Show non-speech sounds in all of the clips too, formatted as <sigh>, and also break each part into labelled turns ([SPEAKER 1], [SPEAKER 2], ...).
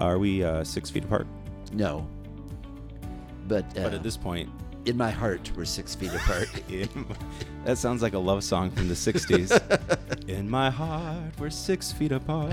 [SPEAKER 1] Are we uh, six feet apart?
[SPEAKER 2] No. But, uh,
[SPEAKER 1] But at this point,
[SPEAKER 2] in my heart, we're six feet
[SPEAKER 1] <laughs>
[SPEAKER 2] apart. <laughs>
[SPEAKER 1] in- that sounds like a love song from the
[SPEAKER 2] <laughs>
[SPEAKER 1] 60s. in my heart, we're six feet apart.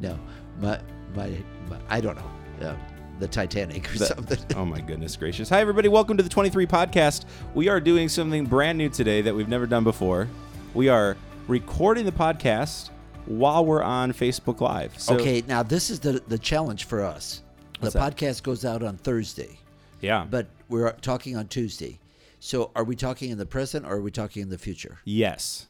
[SPEAKER 2] no, my, my, my, I don't know, uh, the Titanic or
[SPEAKER 1] The- <laughs>
[SPEAKER 2] something. <laughs>
[SPEAKER 1] oh my goodness gracious. Hi, everybody. Welcome to the 23 podcast. We are doing something brand new today that we've never done before. We are recording the podcast while we're on Facebook Live. So,
[SPEAKER 2] okay, now this is the the challenge for us. The
[SPEAKER 1] What's that?
[SPEAKER 2] podcast goes out on Thursday,
[SPEAKER 1] Yeah.
[SPEAKER 2] but we're talking on Tuesday. So, are we talking in the present or are we talking in the future?
[SPEAKER 1] Yes.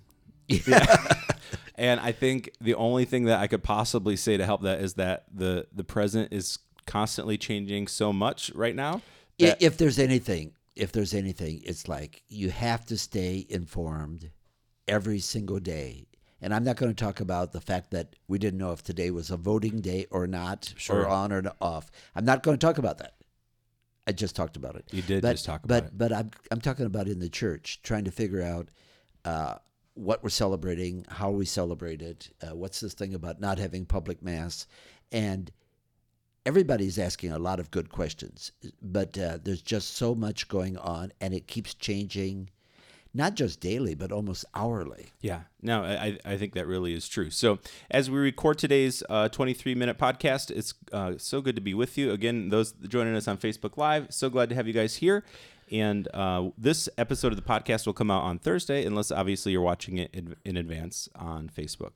[SPEAKER 1] and I think the only thing that I could possibly say to help that is that the the present is constantly changing so much right now.
[SPEAKER 2] I-
[SPEAKER 1] that-
[SPEAKER 2] if there's anything, if there's anything, it's like you have to stay informed every single day. And I'm not going to talk about the fact that we didn't know if today was a voting day or not,
[SPEAKER 1] Sure.
[SPEAKER 2] or on or off. I'm not going to talk about that. I just talked about it.
[SPEAKER 1] You did
[SPEAKER 2] but,
[SPEAKER 1] just talk
[SPEAKER 2] but,
[SPEAKER 1] about it.
[SPEAKER 2] But I'm I'm talking about in the church, trying to figure out uh, what we're celebrating, how we celebrate it, uh, what's this thing about not having public mass, and everybody's asking a lot of good questions. But uh, there's just so much going on, and it keeps changing, not just daily, but almost hourly.
[SPEAKER 1] Yeah, no, I, I I think that really is true. So, as we record today's uh, 23 minute podcast, it's uh, so good to be with you. Again, those joining us on Facebook Live, so glad to have you guys here. And uh, this episode of the podcast will come out on Thursday, unless obviously you're watching it in, in advance on Facebook.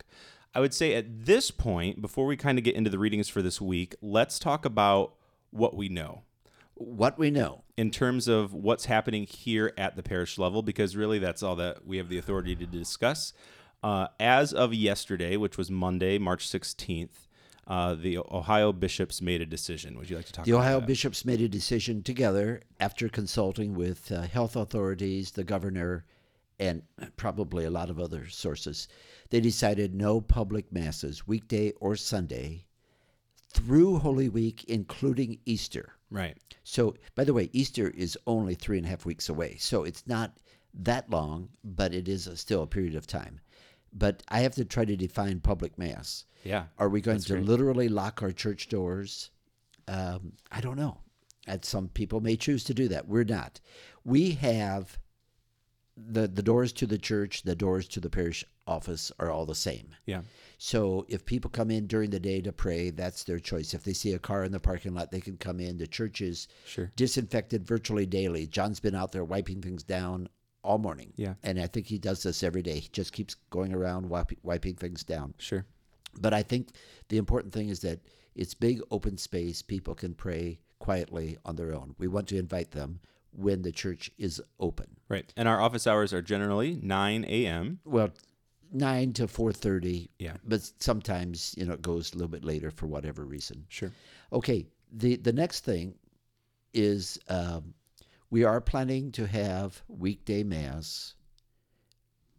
[SPEAKER 1] I would say at this point, before we kind of get into the readings for this week, let's talk about what we know
[SPEAKER 2] What we know.
[SPEAKER 1] in terms of what's happening here at the parish level, because really that's all that we have the authority to discuss. Uh, as of yesterday, which was Monday, March 16th, uh, the Ohio bishops made a decision. Would you like to talk
[SPEAKER 2] The
[SPEAKER 1] about
[SPEAKER 2] Ohio
[SPEAKER 1] that?
[SPEAKER 2] bishops made a decision together after consulting with uh, health authorities, the governor, and probably a lot of other sources. They decided no public masses, weekday or Sunday, through Holy Week, including Easter.
[SPEAKER 1] Right.
[SPEAKER 2] So, by the way, Easter is only three and a half weeks away. So it's not that long, but it is a, still a period of time. But I have to try to define public mass.
[SPEAKER 1] Yeah.
[SPEAKER 2] Are we going
[SPEAKER 1] That's
[SPEAKER 2] to
[SPEAKER 1] great.
[SPEAKER 2] literally lock our church doors? Um, I don't know. And some people may choose to do that. We're not. We have the the doors to the church, the doors to the parish office are all the same.
[SPEAKER 1] Yeah.
[SPEAKER 2] So if people come in during the day to pray, that's their choice. If they see a car in the parking lot, they can come in. The church is
[SPEAKER 1] Sure.
[SPEAKER 2] disinfected virtually daily. John's been out there wiping things down all morning.
[SPEAKER 1] Yeah.
[SPEAKER 2] And I think he does this every day. He just keeps going around wiping, wiping things down.
[SPEAKER 1] Sure.
[SPEAKER 2] But I think the important thing is that it's big open space. People can pray quietly on their own. We want to invite them when the church is open.
[SPEAKER 1] Right. And our office hours are generally 9 a.m.
[SPEAKER 2] Well, nine to four thirty.
[SPEAKER 1] Yeah.
[SPEAKER 2] But sometimes, you know, it goes a little bit later for whatever reason.
[SPEAKER 1] Sure.
[SPEAKER 2] Okay. The the next thing is um, we are planning to have weekday mass,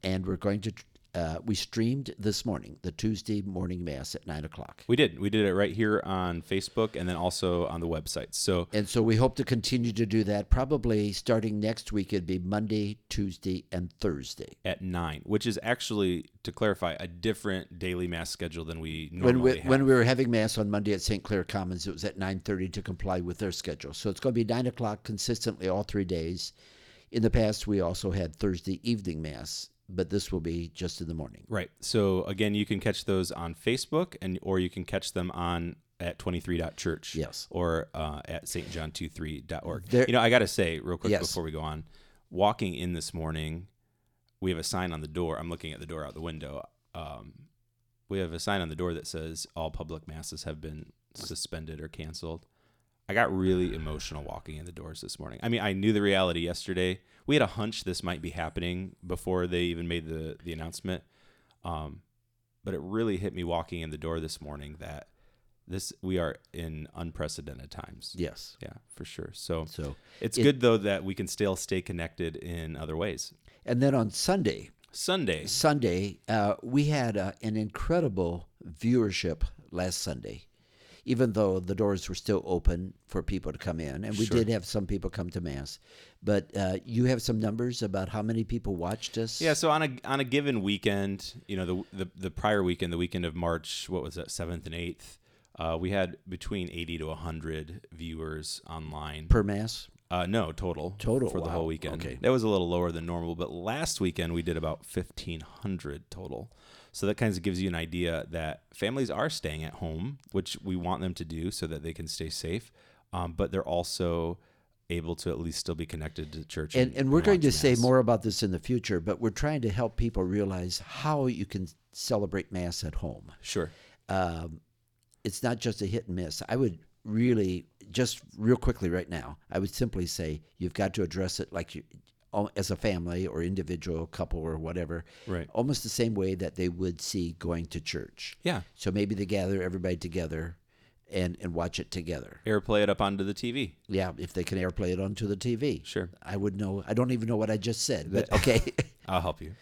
[SPEAKER 2] and we're going to. tr- Uh, we streamed this morning the Tuesday morning mass at nine o'clock,
[SPEAKER 1] We did. We did it right here on Facebook and then also on the website. So,
[SPEAKER 2] and so we hope to continue to do that. Probably starting next week, it'd be Monday, Tuesday, and Thursday.
[SPEAKER 1] at 9, which is actually, to clarify, a different daily mass schedule than we normally
[SPEAKER 2] when we
[SPEAKER 1] have.
[SPEAKER 2] when we were having mass on Monday at St. Clair Commons, it was at nine thirty to comply with their schedule. So it's going to be nine o'clock consistently all three days. In the past, we also had Thursday evening mass, but this will be just in the morning.
[SPEAKER 1] Right. So again, you can catch those on Facebook and or you can catch them on at 23.church.
[SPEAKER 2] Yes.
[SPEAKER 1] Or uh, at stjohn23.org.
[SPEAKER 2] There-
[SPEAKER 1] you know, I got to say real quick
[SPEAKER 2] Yes.
[SPEAKER 1] before we go on, walking in this morning, we have a sign on the door. I'm looking at the door out the window. Um, we have a sign on the door that says all public masses have been suspended or canceled. I got really emotional walking in the doors this morning. I mean, I knew the reality yesterday. We had a hunch this might be happening before they even made the the announcement. Um, but it really hit me walking in the door this morning that this we are in unprecedented times.
[SPEAKER 2] Yes.
[SPEAKER 1] Yeah, for sure. So
[SPEAKER 2] So
[SPEAKER 1] it's
[SPEAKER 2] it-
[SPEAKER 1] good though that we can still stay connected in other ways.
[SPEAKER 2] and then on Sunday,
[SPEAKER 1] Sunday.
[SPEAKER 2] Sunday, uh, we had uh, an incredible viewership last Sunday, even though the doors were still open for people to come in, and we
[SPEAKER 1] Sure.
[SPEAKER 2] did have some people come to mass. But uh, you have some numbers about how many people watched us?
[SPEAKER 1] Yeah, so on a on a given weekend, you know, the the, the prior weekend, the weekend of March, what was that, seventh and eighth, Uh, we had between 80 to 100 viewers online.
[SPEAKER 2] per mass?
[SPEAKER 1] Uh, no, total.
[SPEAKER 2] Total,
[SPEAKER 1] for the
[SPEAKER 2] wow.
[SPEAKER 1] whole weekend.
[SPEAKER 2] Okay.
[SPEAKER 1] That was a little lower than normal, but last weekend we did about 1,500 total. So that kind of gives you an idea that families are staying at home, which we want them to do so that they can stay safe, um, but they're also able to at least still be connected to church.
[SPEAKER 2] And, and we're going to
[SPEAKER 1] watch
[SPEAKER 2] say
[SPEAKER 1] Mass.
[SPEAKER 2] more about this in the future, but we're trying to help people realize how you can celebrate Mass at home.
[SPEAKER 1] Sure.
[SPEAKER 2] um, it's not just a hit and miss. I would really just real quickly right now. I would simply say you've got to address it like you, al- as a family or individual couple or whatever,
[SPEAKER 1] Right.
[SPEAKER 2] almost the same way that they would see going to church.
[SPEAKER 1] Yeah.
[SPEAKER 2] So maybe they gather everybody together and and watch it together.
[SPEAKER 1] Airplay it up onto the TV.
[SPEAKER 2] Yeah, if they can airplay it onto the TV.
[SPEAKER 1] Sure.
[SPEAKER 2] I would know. I don't even know what I just said, but okay.
[SPEAKER 1] <laughs> I'll help you.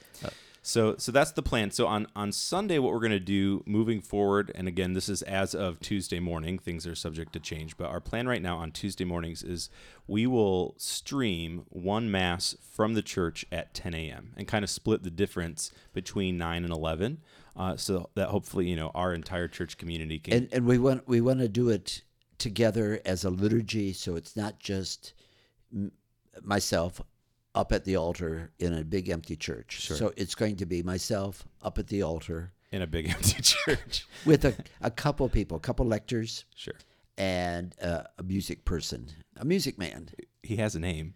[SPEAKER 1] So so that's the plan. So on on Sunday, what we're going to do moving forward, and again, this is as of Tuesday morning. Things are subject to change, but our plan right now on Tuesday mornings is we will stream one mass from the church at 10 a.m. and kind of split the difference between nine and 11, uh, so that hopefully you know our entire church community can.
[SPEAKER 2] and and we want we want to do it together as a liturgy so it's not just m- myself up at the altar in a big empty church so it's going to be myself up at the altar
[SPEAKER 1] in a big <laughs> empty church.
[SPEAKER 2] with a, a couple people a couple lectors
[SPEAKER 1] Sure.
[SPEAKER 2] and uh, a music person a music man
[SPEAKER 1] He has a name.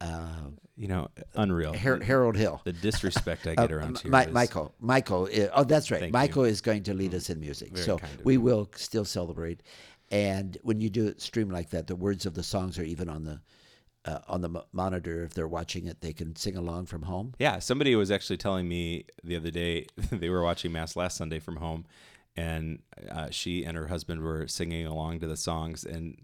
[SPEAKER 2] uh,
[SPEAKER 1] You know, unreal.
[SPEAKER 2] Har- harold hill
[SPEAKER 1] the disrespect
[SPEAKER 2] <laughs>
[SPEAKER 1] I get
[SPEAKER 2] Uh,
[SPEAKER 1] around
[SPEAKER 2] M-
[SPEAKER 1] here.
[SPEAKER 2] Mi-
[SPEAKER 1] is-
[SPEAKER 2] Michael. Michael. i- Oh, that's right.
[SPEAKER 1] Thank Mm-hmm.
[SPEAKER 2] Michael is going to lead us in music.
[SPEAKER 1] Very
[SPEAKER 2] so
[SPEAKER 1] kind of
[SPEAKER 2] we will still celebrate. And when you do it stream like that, the words of the songs are even on the uh, on the mo- monitor. If they're watching it, they can sing along from home.
[SPEAKER 1] Yeah, somebody was actually telling me the other day <laughs> they were watching mass last Sunday from home, and uh, she and her husband were singing along to the songs. And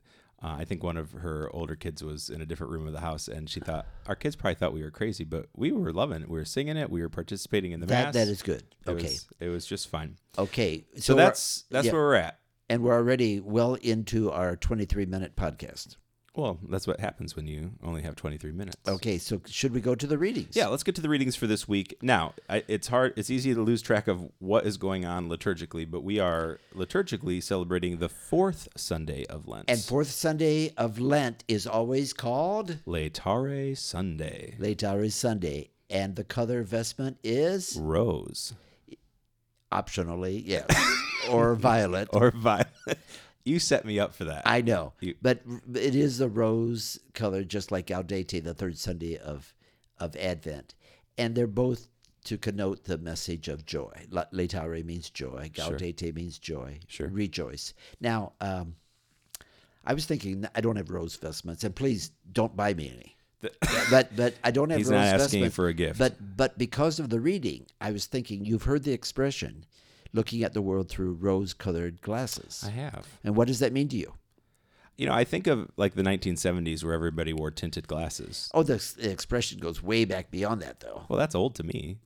[SPEAKER 1] uh, I think one of her older kids was in a different room of the house, and she thought our kids probably thought we were crazy, but we were loving it. We were singing it. We were participating in the
[SPEAKER 2] That
[SPEAKER 1] mass.
[SPEAKER 2] that is good.
[SPEAKER 1] It
[SPEAKER 2] okay.
[SPEAKER 1] was, it was just fun.
[SPEAKER 2] okay.
[SPEAKER 1] So,
[SPEAKER 2] we're-
[SPEAKER 1] that's that's
[SPEAKER 2] yeah.
[SPEAKER 1] where we're at.
[SPEAKER 2] and we're already well into our 23 minute podcast.
[SPEAKER 1] Well, that's what happens when you only have 23 minutes.
[SPEAKER 2] Okay. So should we go to the readings?
[SPEAKER 1] Yeah, let's get to the readings for this week. Now, I, it's hard, it's easy to lose track of what is going on liturgically, but we are liturgically celebrating the fourth Sunday of Lent.
[SPEAKER 2] And fourth Sunday of Lent is always called
[SPEAKER 1] Laetare Sunday.
[SPEAKER 2] Laetare Sunday, and the color vestment is
[SPEAKER 1] Rose
[SPEAKER 2] optionally, yes, or violet.
[SPEAKER 1] or <laughs> violet. you set me up for that.
[SPEAKER 2] I know,
[SPEAKER 1] You-
[SPEAKER 2] but it is the rose color, just like Gaudete, the third Sunday of of Advent, and they're both to connote the message of joy. La- Laetare means joy. Gaudete means joy.
[SPEAKER 1] Sure.
[SPEAKER 2] rejoice. Now, um, I was thinking I don't have rose vestments, and please don't buy me any. <laughs> but but I don't have
[SPEAKER 1] He's
[SPEAKER 2] rose
[SPEAKER 1] not asking
[SPEAKER 2] vestments.
[SPEAKER 1] for a gift.
[SPEAKER 2] But but because of the reading, I was thinking you've heard the expression, looking at the world through rose-colored glasses.
[SPEAKER 1] I have.
[SPEAKER 2] and what does that mean to you?
[SPEAKER 1] You know, I think of like the 1970s where everybody wore tinted glasses.
[SPEAKER 2] Oh, the, s- the expression goes way back beyond
[SPEAKER 1] <laughs>
[SPEAKER 2] that, though.
[SPEAKER 1] Well, that's old to me.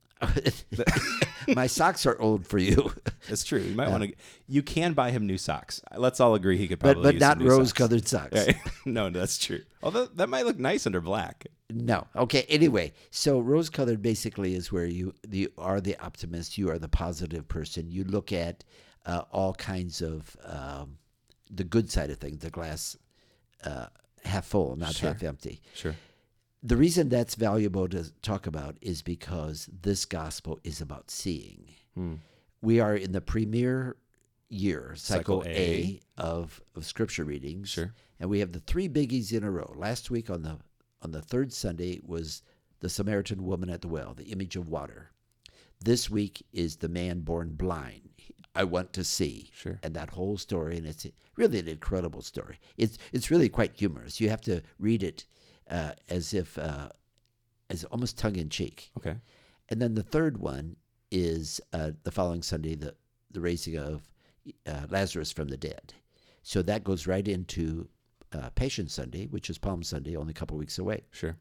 [SPEAKER 2] My socks are old
[SPEAKER 1] <laughs>
[SPEAKER 2] for you,
[SPEAKER 1] That's true. You might want to. You can buy him new socks. Let's all agree he could
[SPEAKER 2] but
[SPEAKER 1] probably.
[SPEAKER 2] but
[SPEAKER 1] use some
[SPEAKER 2] not
[SPEAKER 1] new socks.
[SPEAKER 2] rose-colored socks.
[SPEAKER 1] <laughs> no, that's true. Although that might look nice under black.
[SPEAKER 2] No. Okay. Anyway, so rose colored basically is where you you are the optimist, you are the positive person. You look at uh, all kinds of um, the good side of things, the glass uh, half full, not half empty.
[SPEAKER 1] Sure.
[SPEAKER 2] The reason that's valuable to talk about is because this gospel is about seeing.
[SPEAKER 1] Hmm.
[SPEAKER 2] We are in the premier year, cycle,
[SPEAKER 1] Cycle
[SPEAKER 2] A, of, of scripture readings.
[SPEAKER 1] Sure.
[SPEAKER 2] And we have the three biggies in a row. Last week on the on the third Sunday was the Samaritan woman at the well, the image of water. This week is the man born blind. I want to see.
[SPEAKER 1] Sure.
[SPEAKER 2] And that whole story, and it's really an incredible story. It's it's really quite humorous. You have to read it uh, as if uh, as almost tongue in cheek.
[SPEAKER 1] Okay.
[SPEAKER 2] And then the third one is uh, the following Sunday, the, the raising of uh, Lazarus from the dead. So that goes right into uh, Passion Sunday, which is Palm Sunday, only a couple weeks away.
[SPEAKER 1] Sure.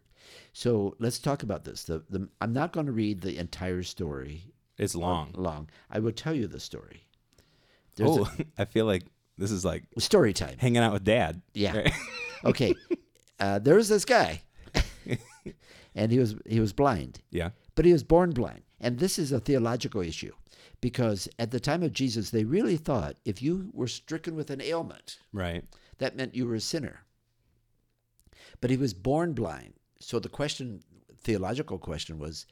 [SPEAKER 2] So let's talk about this. The, the, I'm not going to read the entire story
[SPEAKER 1] It's long.
[SPEAKER 2] long. I will tell you the story. There's
[SPEAKER 1] Oh, <laughs> I feel like this is like
[SPEAKER 2] a, story time.
[SPEAKER 1] hanging out with dad.
[SPEAKER 2] Yeah.
[SPEAKER 1] Right?
[SPEAKER 2] <laughs> Okay. uh, there was this guy, and he was he was blind.
[SPEAKER 1] yeah.
[SPEAKER 2] but he was born blind. And this is a theological issue Because at the time of Jesus, they really thought if you were stricken with an ailment,
[SPEAKER 1] Right.
[SPEAKER 2] that meant you were a sinner. But he was born blind. So the question, theological question was,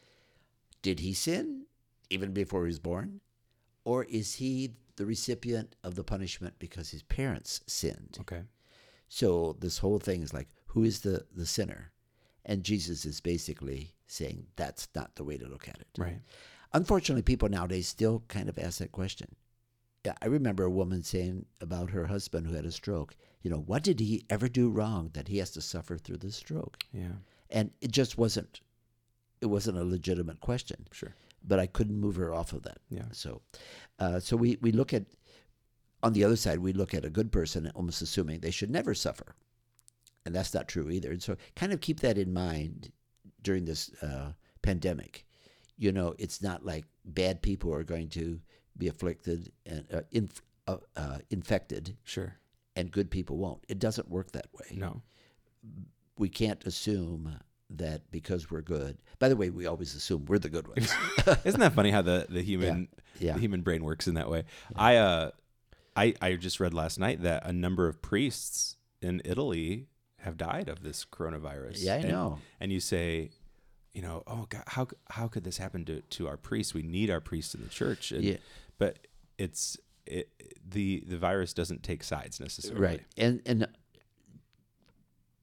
[SPEAKER 2] did he sin even before he was born? Or is he the recipient of the punishment because his parents sinned?
[SPEAKER 1] Okay.
[SPEAKER 2] So this whole thing is like, who is the, the sinner? And Jesus is basically saying that's not the way to look at it.
[SPEAKER 1] Right.
[SPEAKER 2] Unfortunately, people nowadays still kind of ask that question. Yeah, I remember a woman saying about her husband who had a stroke, you know, what did he ever do wrong that he has to suffer through this stroke?
[SPEAKER 1] Yeah.
[SPEAKER 2] And it just wasn't it wasn't a legitimate question,
[SPEAKER 1] Sure.
[SPEAKER 2] but I couldn't move her off of that.
[SPEAKER 1] Yeah.
[SPEAKER 2] So uh, so we we look at on the other side, we look at a good person almost assuming they should never suffer. And that's not true either. And so kind of keep that in mind during this uh, pandemic. You know, it's not like bad people are going to be afflicted and uh, inf- uh, uh, infected
[SPEAKER 1] Sure.
[SPEAKER 2] and good people won't. It doesn't work that way. <laughs>
[SPEAKER 1] No.
[SPEAKER 2] We can't assume that because we're good. By the way, we always assume we're the good ones.
[SPEAKER 1] Isn't that funny how the, the human
[SPEAKER 2] yeah.
[SPEAKER 1] the human brain works in that way? I uh I I just read last night that a number of priests in Italy have died of this coronavirus.
[SPEAKER 2] Yeah, I
[SPEAKER 1] And-
[SPEAKER 2] know.
[SPEAKER 1] And you say, you know, oh God, how c- how could this happen to to our priests? We need our priests in the church. And,
[SPEAKER 2] Yeah.
[SPEAKER 1] But it's it, the the virus doesn't take sides necessarily.
[SPEAKER 2] Right. And and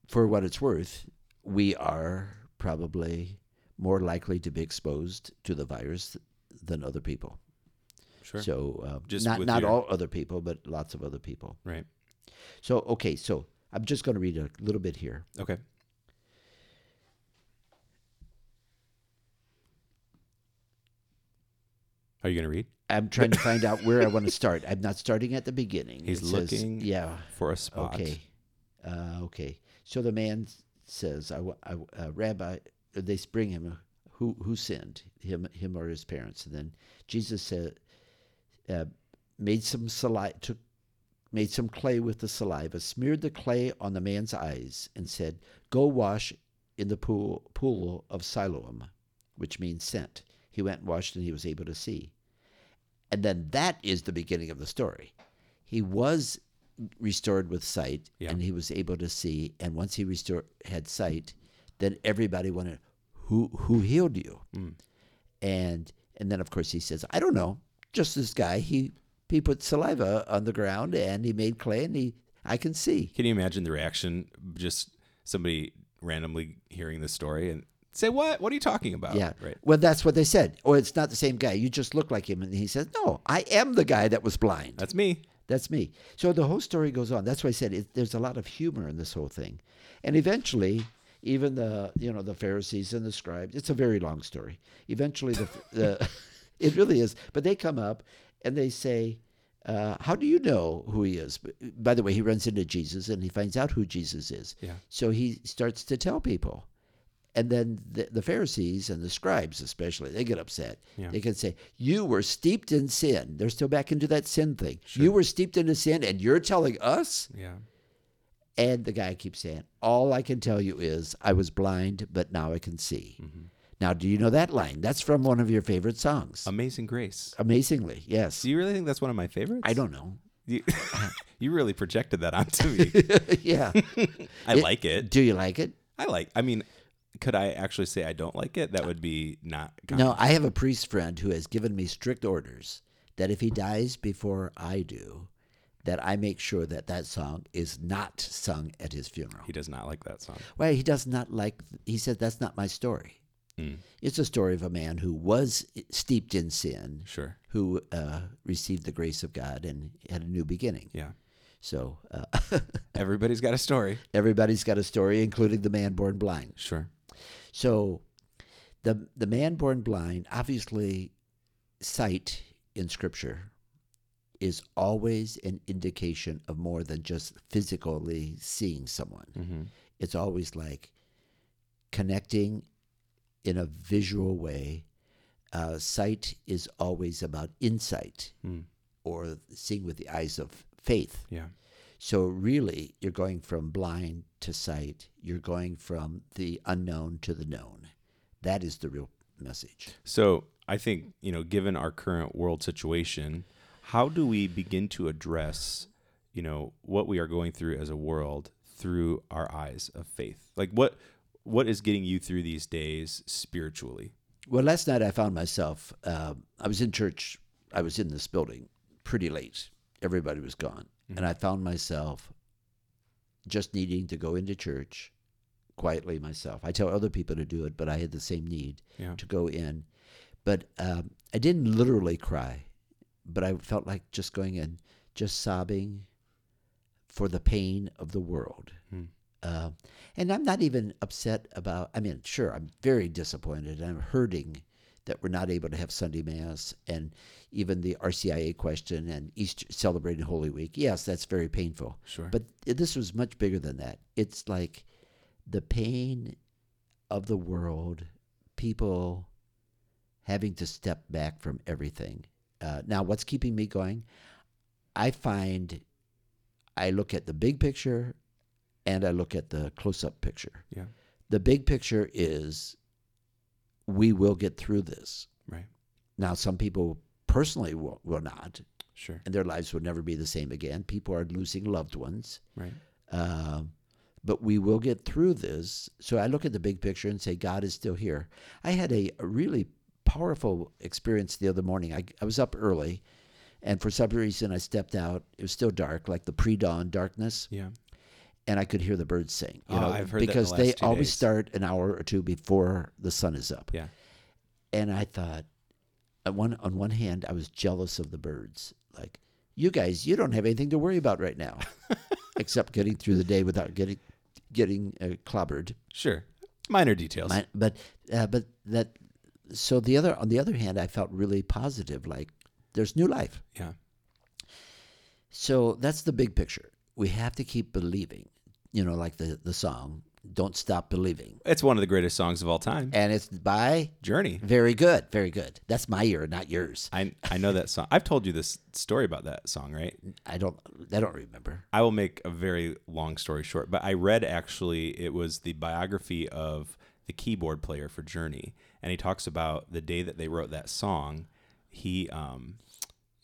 [SPEAKER 2] for what it's worth, we are probably more likely to be exposed to the virus than other people.
[SPEAKER 1] Sure.
[SPEAKER 2] So uh,
[SPEAKER 1] Just
[SPEAKER 2] not
[SPEAKER 1] with
[SPEAKER 2] not
[SPEAKER 1] your-
[SPEAKER 2] all other people, but lots of other people.
[SPEAKER 1] Right.
[SPEAKER 2] So okay, so I'm just going to read a little bit here.
[SPEAKER 1] Okay. Are you going to read?
[SPEAKER 2] I'm trying to find out where I want to <laughs> start. I'm not starting at the beginning.
[SPEAKER 1] He's
[SPEAKER 2] It says-
[SPEAKER 1] looking
[SPEAKER 2] yeah.
[SPEAKER 1] for a spot.
[SPEAKER 2] Okay. Uh, okay. So the man says, I, wa- I, w- uh, Rabbi, they bring him, uh, who, who sinned, him, him or his parents? And then Jesus said, uh, made some saliva, took, made some clay with the saliva, smeared the clay on the man's eyes, and said, Go wash in the pool, pool of Siloam, which means sent. He went and washed, and he was able to see. And then that is the beginning of the story. He was restored with sight
[SPEAKER 1] Yeah.
[SPEAKER 2] and he was able to see. And once he restored, had sight, then everybody wanted, who, who healed you?
[SPEAKER 1] Mm.
[SPEAKER 2] And, and then of course he says, I don't know, just this guy, he, he put saliva on the ground and he made clay and he, I can see.
[SPEAKER 1] Can you imagine the reaction? Just somebody randomly hearing this story and say, "What? What are you talking about?"
[SPEAKER 2] Yeah.
[SPEAKER 1] Oh, Right.
[SPEAKER 2] Well, that's what they said. Or it's not the same guy. You just look like him. And he says, No, I am the guy that was blind.
[SPEAKER 1] That's me.
[SPEAKER 2] That's me. So the whole story goes on. That's why I said it, there's a lot of humor in this whole thing, and eventually, even the you know the Pharisees and the scribes. It's a very long story. Eventually, the, the <laughs> it really is. But they come up and they say, uh, "How do you know who he is?" B- By the way, he runs into Jesus and he finds out who Jesus is.
[SPEAKER 1] Yeah.
[SPEAKER 2] So he starts to tell people. And then the, the Pharisees and the scribes, especially, they get upset.
[SPEAKER 1] Yeah.
[SPEAKER 2] They can say, You were steeped in sin. They're still back into that sin thing. You were steeped into sin, and you're telling us?
[SPEAKER 1] Yeah.
[SPEAKER 2] And the guy keeps saying, All I can tell you is, I was blind, but now I can see. Now, do you know that line? That's from one of your favorite songs.
[SPEAKER 1] Amazing Grace.
[SPEAKER 2] Amazingly, yes.
[SPEAKER 1] Do you really think that's one of my favorites?
[SPEAKER 2] I don't Uh-huh. know. <laughs>
[SPEAKER 1] You, <laughs> you really projected that onto me.
[SPEAKER 2] yeah.
[SPEAKER 1] I
[SPEAKER 2] It-
[SPEAKER 1] like it.
[SPEAKER 2] Do you like it?
[SPEAKER 1] I like. I mean, could I actually say I don't like it? That would be not.
[SPEAKER 2] No, I have a priest friend who has given me strict orders that if he dies before I do, that I make sure that that song is not sung at his funeral.
[SPEAKER 1] He does not like that song.
[SPEAKER 2] Well, he does not like. He said that's not my story.
[SPEAKER 1] Mm,
[SPEAKER 2] It's a story of a man who was steeped in sin,
[SPEAKER 1] Sure.
[SPEAKER 2] who uh, received the grace of God and had a new beginning.
[SPEAKER 1] Yeah.
[SPEAKER 2] So uh, <laughs>
[SPEAKER 1] Everybody's got a story.
[SPEAKER 2] everybody's got a story, including the man born blind.
[SPEAKER 1] Sure.
[SPEAKER 2] So the the man born blind, obviously sight in scripture is always an indication of more than just physically seeing someone.
[SPEAKER 1] Mm-hmm,
[SPEAKER 2] It's always like connecting in a visual way. Uh, sight is always about insight or seeing with the eyes of faith.
[SPEAKER 1] Yeah.
[SPEAKER 2] So really, you're going from blind to sight. You're going from the unknown to the known. That is the real message.
[SPEAKER 1] So I think, you know, given our current world situation, how do we begin to address, you know, what we are going through as a world through our eyes of faith? Like what what is getting you through these days spiritually?
[SPEAKER 2] Well, last night I found myself, uh, I was in church, I was in this building pretty late. Everybody was gone. And I found myself just needing to go into church quietly myself. I tell other people to do it, but I had the same need
[SPEAKER 1] Yeah.
[SPEAKER 2] to go in. But um, I didn't literally cry, but I felt like just going in, just sobbing for the pain of the world.
[SPEAKER 1] Hmm.
[SPEAKER 2] Uh, and I'm not even upset about, I mean, sure, I'm very disappointed. I'm hurting that we're not able to have Sunday Mass and even the RCIA question and Easter celebrating Holy Week. Yes, that's very painful.
[SPEAKER 1] Sure.
[SPEAKER 2] But i- this was much bigger than that. It's like the pain of the world, people having to step back from everything. Uh, now, what's keeping me going? I find I look at the big picture and I look at the close up picture.
[SPEAKER 1] yeah.
[SPEAKER 2] The big picture is we will get through this.
[SPEAKER 1] Right.
[SPEAKER 2] Now, some people personally will, will not,
[SPEAKER 1] Sure.
[SPEAKER 2] and their lives will never be the same again. People are losing loved ones.
[SPEAKER 1] Right.
[SPEAKER 2] Um, but we will get through this. So I look at the big picture and say, God is still here. I had a, a really powerful experience the other morning. I, I was up early, and for some reason, I stepped out. It was still dark, like the pre dawn darkness,
[SPEAKER 1] Yeah.
[SPEAKER 2] and I could hear the birds sing.
[SPEAKER 1] Oh, I've heard that the
[SPEAKER 2] Because
[SPEAKER 1] last
[SPEAKER 2] they
[SPEAKER 1] two
[SPEAKER 2] always
[SPEAKER 1] days.
[SPEAKER 2] start an hour or two before the sun is up.
[SPEAKER 1] Yeah.
[SPEAKER 2] And I thought, on one, on one hand, I was jealous of the birds. Like, you guys, you don't have anything to worry about right now, except getting through the day without getting getting uh, clobbered.
[SPEAKER 1] Sure. Minor details.
[SPEAKER 2] My- but uh, but that so the other on the other hand, I felt really positive. Like, there's new life.
[SPEAKER 1] yeah.
[SPEAKER 2] So that's the big picture. We have to keep believing. You know, like the the song, "Don't Stop Believing,"
[SPEAKER 1] It's one of the greatest songs of all time.
[SPEAKER 2] and it's by
[SPEAKER 1] Journey.
[SPEAKER 2] very good, very good. That's my year, not yours.
[SPEAKER 1] I I know that song. I've told you this story about that song, right?
[SPEAKER 2] I don't I don't remember.
[SPEAKER 1] I will make a very long story short, but I read actually it was the biography of the keyboard player for Journey, and he talks about the day that they wrote that song. He um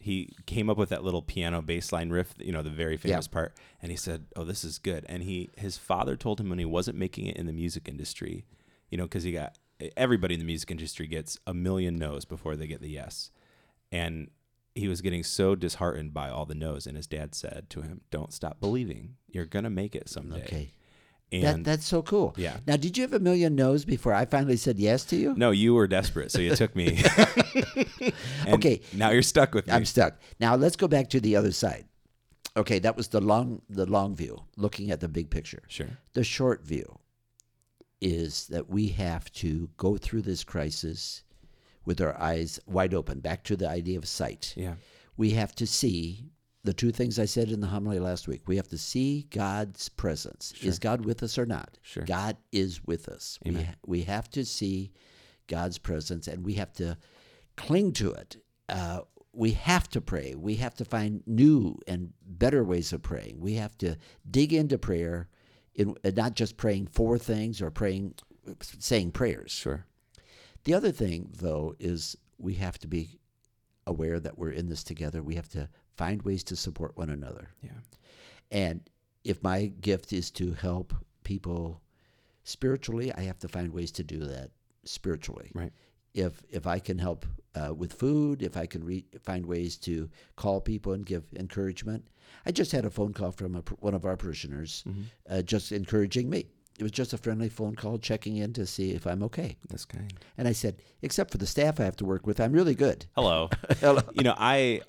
[SPEAKER 1] he came up with that little piano bass line riff, you know, the very famous part, and he said, "Oh, this is good." And he his father told him when he wasn't making it in the music industry, you know, because he got e, everybody in the music industry gets a million no's before they get the yes and he was getting so disheartened by all the no's and his dad said to him don't stop believing you're gonna make it someday
[SPEAKER 2] Okay. That,
[SPEAKER 1] and
[SPEAKER 2] that's so cool.
[SPEAKER 1] Yeah.
[SPEAKER 2] Now, did you have a million no's before I finally said yes to you?
[SPEAKER 1] no you were desperate so you took
[SPEAKER 2] <laughs>
[SPEAKER 1] me <laughs> And
[SPEAKER 2] Okay.
[SPEAKER 1] now you're stuck with me
[SPEAKER 2] I'm stuck. Now let's go back to the other side. Okay, that was the long the long view, looking at the big picture.
[SPEAKER 1] sure
[SPEAKER 2] The short view is that we have to go through this crisis with our eyes wide open. Back to the idea of sight.
[SPEAKER 1] yeah
[SPEAKER 2] We have to see the two things I said in the homily last week. We have to see God's presence. Is God with us or not?
[SPEAKER 1] Sure.
[SPEAKER 2] God is with us. We, ha- we have to see God's presence and we have to cling to it. Uh, we have to pray. We have to find new and better ways of praying. We have to dig into prayer, in, and not just praying for things or praying, saying prayers.
[SPEAKER 1] sure
[SPEAKER 2] The other thing, though, is we have to be aware that we're in this together. We have to find ways to support one another.
[SPEAKER 1] yeah
[SPEAKER 2] And if my gift is to help people spiritually, I have to find ways to do that spiritually.
[SPEAKER 1] right
[SPEAKER 2] If if I can help uh, with food, if I can re- find ways to call people and give encouragement, I just had a phone call from a, one of our parishioners,
[SPEAKER 1] Mm-hmm.
[SPEAKER 2] uh, just encouraging me. It was just a friendly phone call, checking in to see if I'm okay.
[SPEAKER 1] that's kind
[SPEAKER 2] And I said, except for the staff I have to work with, I'm really good.
[SPEAKER 1] hello
[SPEAKER 2] Hello.
[SPEAKER 1] you know i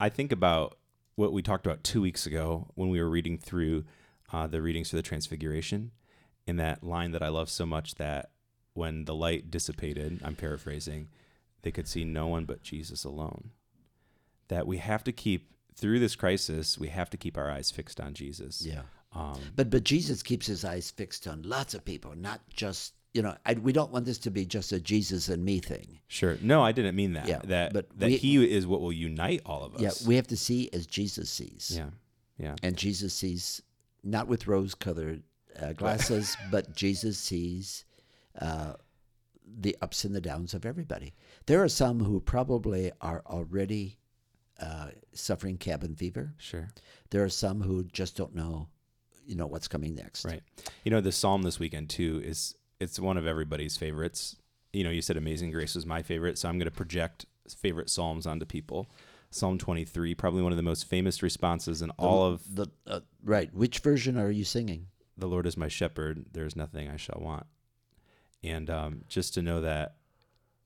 [SPEAKER 1] i think about what we talked about two weeks ago when we were reading through uh, the readings for the transfiguration and that line that i love so much that when the light dissipated i'm paraphrasing they could see no one but jesus alone that we have to keep through this crisis we have to keep our eyes fixed on jesus
[SPEAKER 2] Yeah.
[SPEAKER 1] um,
[SPEAKER 2] But but Jesus keeps his eyes fixed on lots of people, not just you know. I, we don't want this to be just a Jesus and me thing.
[SPEAKER 1] sure no i didn't mean that
[SPEAKER 2] Yeah,
[SPEAKER 1] that
[SPEAKER 2] but
[SPEAKER 1] that
[SPEAKER 2] we-
[SPEAKER 1] he is what will unite all of us
[SPEAKER 2] Yeah, we have to see as Jesus sees,
[SPEAKER 1] yeah yeah
[SPEAKER 2] and Jesus sees not with rose-colored uh, glasses, but Jesus sees uh, the ups and the downs of everybody. There are some who probably are already uh, suffering cabin fever.
[SPEAKER 1] Sure.
[SPEAKER 2] There are some who just don't know, you know, what's coming next.
[SPEAKER 1] Right. You know, the psalm this weekend too is it's one of everybody's favorites. You know, you said Amazing Grace was my favorite, so I'm going to project favorite psalms onto people. Psalm 23, probably one of the most famous responses in all of
[SPEAKER 2] The uh, right. Which version are you singing?
[SPEAKER 1] the Lord is my shepherd, there's nothing I shall want. And um, just to know that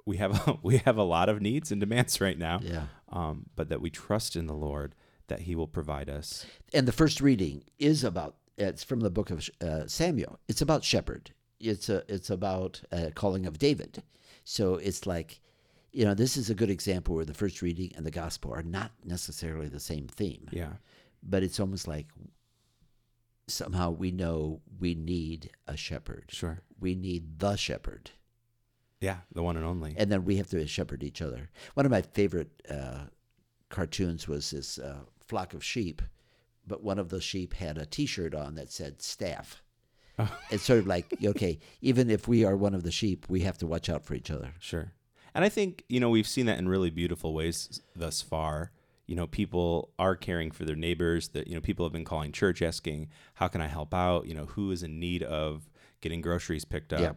[SPEAKER 1] we have a, <laughs> we have a lot of needs and demands right now,
[SPEAKER 2] Yeah.
[SPEAKER 1] um, but that we trust in the Lord that He will provide us.
[SPEAKER 2] and the first reading is about it's from the book of uh, Samuel. It's about shepherd. It's a, it's about uh, calling of David. So it's like, you know, this is a good example where the first reading and the gospel are not necessarily the same theme,
[SPEAKER 1] Yeah,
[SPEAKER 2] but it's almost like somehow we know we need a shepherd.
[SPEAKER 1] sure.
[SPEAKER 2] We need the shepherd,
[SPEAKER 1] Yeah, the one and only.
[SPEAKER 2] and then we have to shepherd each other. One of my favorite uh, cartoons was this uh, flock of sheep, but one of the sheep had a T-shirt on that said "staff."
[SPEAKER 1] Oh.
[SPEAKER 2] It's sort of like <laughs> okay, even if we are one of the sheep, we have to watch out for each other.
[SPEAKER 1] Sure. And I think, you know, we've seen that in really beautiful ways thus far. You know, people are caring for their neighbors, that you know, people have been calling church asking, how can I help out? You know, who is in need of getting groceries picked up?
[SPEAKER 2] Yeah.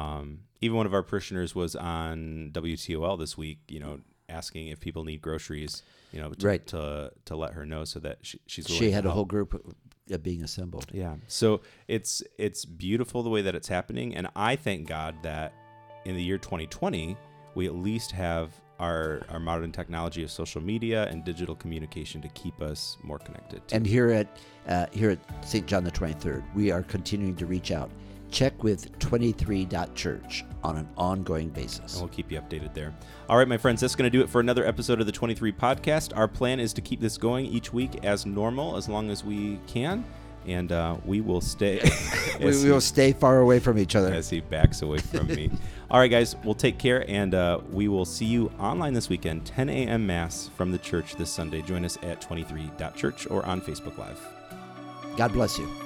[SPEAKER 1] Um, even one of our parishioners was on WTOL this week, you know, asking if people need groceries, you know, to
[SPEAKER 2] Right.
[SPEAKER 1] to, to let her know so that she, she's willing
[SPEAKER 2] She
[SPEAKER 1] to
[SPEAKER 2] had a
[SPEAKER 1] help.
[SPEAKER 2] whole group uh, being assembled.
[SPEAKER 1] Yeah. So it's it's beautiful the way that it's happening, and I thank God that in the year 2020 we at least have our our modern technology of social media and digital communication to keep us more connected. To.
[SPEAKER 2] And here at uh, here at St. John the Twenty Third, we are continuing to reach out. Check with 23.church on an ongoing basis.
[SPEAKER 1] and we'll keep you updated there. All right, my friends, that's going to do it for another episode of the 23 podcast. Our plan is to keep this going each week as normal, as long as we can, and uh, we will stay. as
[SPEAKER 2] <laughs> We will stay far away from each other.
[SPEAKER 1] as he backs away from me. All right, guys, we'll take care, and uh, we will see you online this weekend, 10 a.m. Mass from the church this Sunday. Join us at 23.church or on Facebook Live.
[SPEAKER 2] God bless you.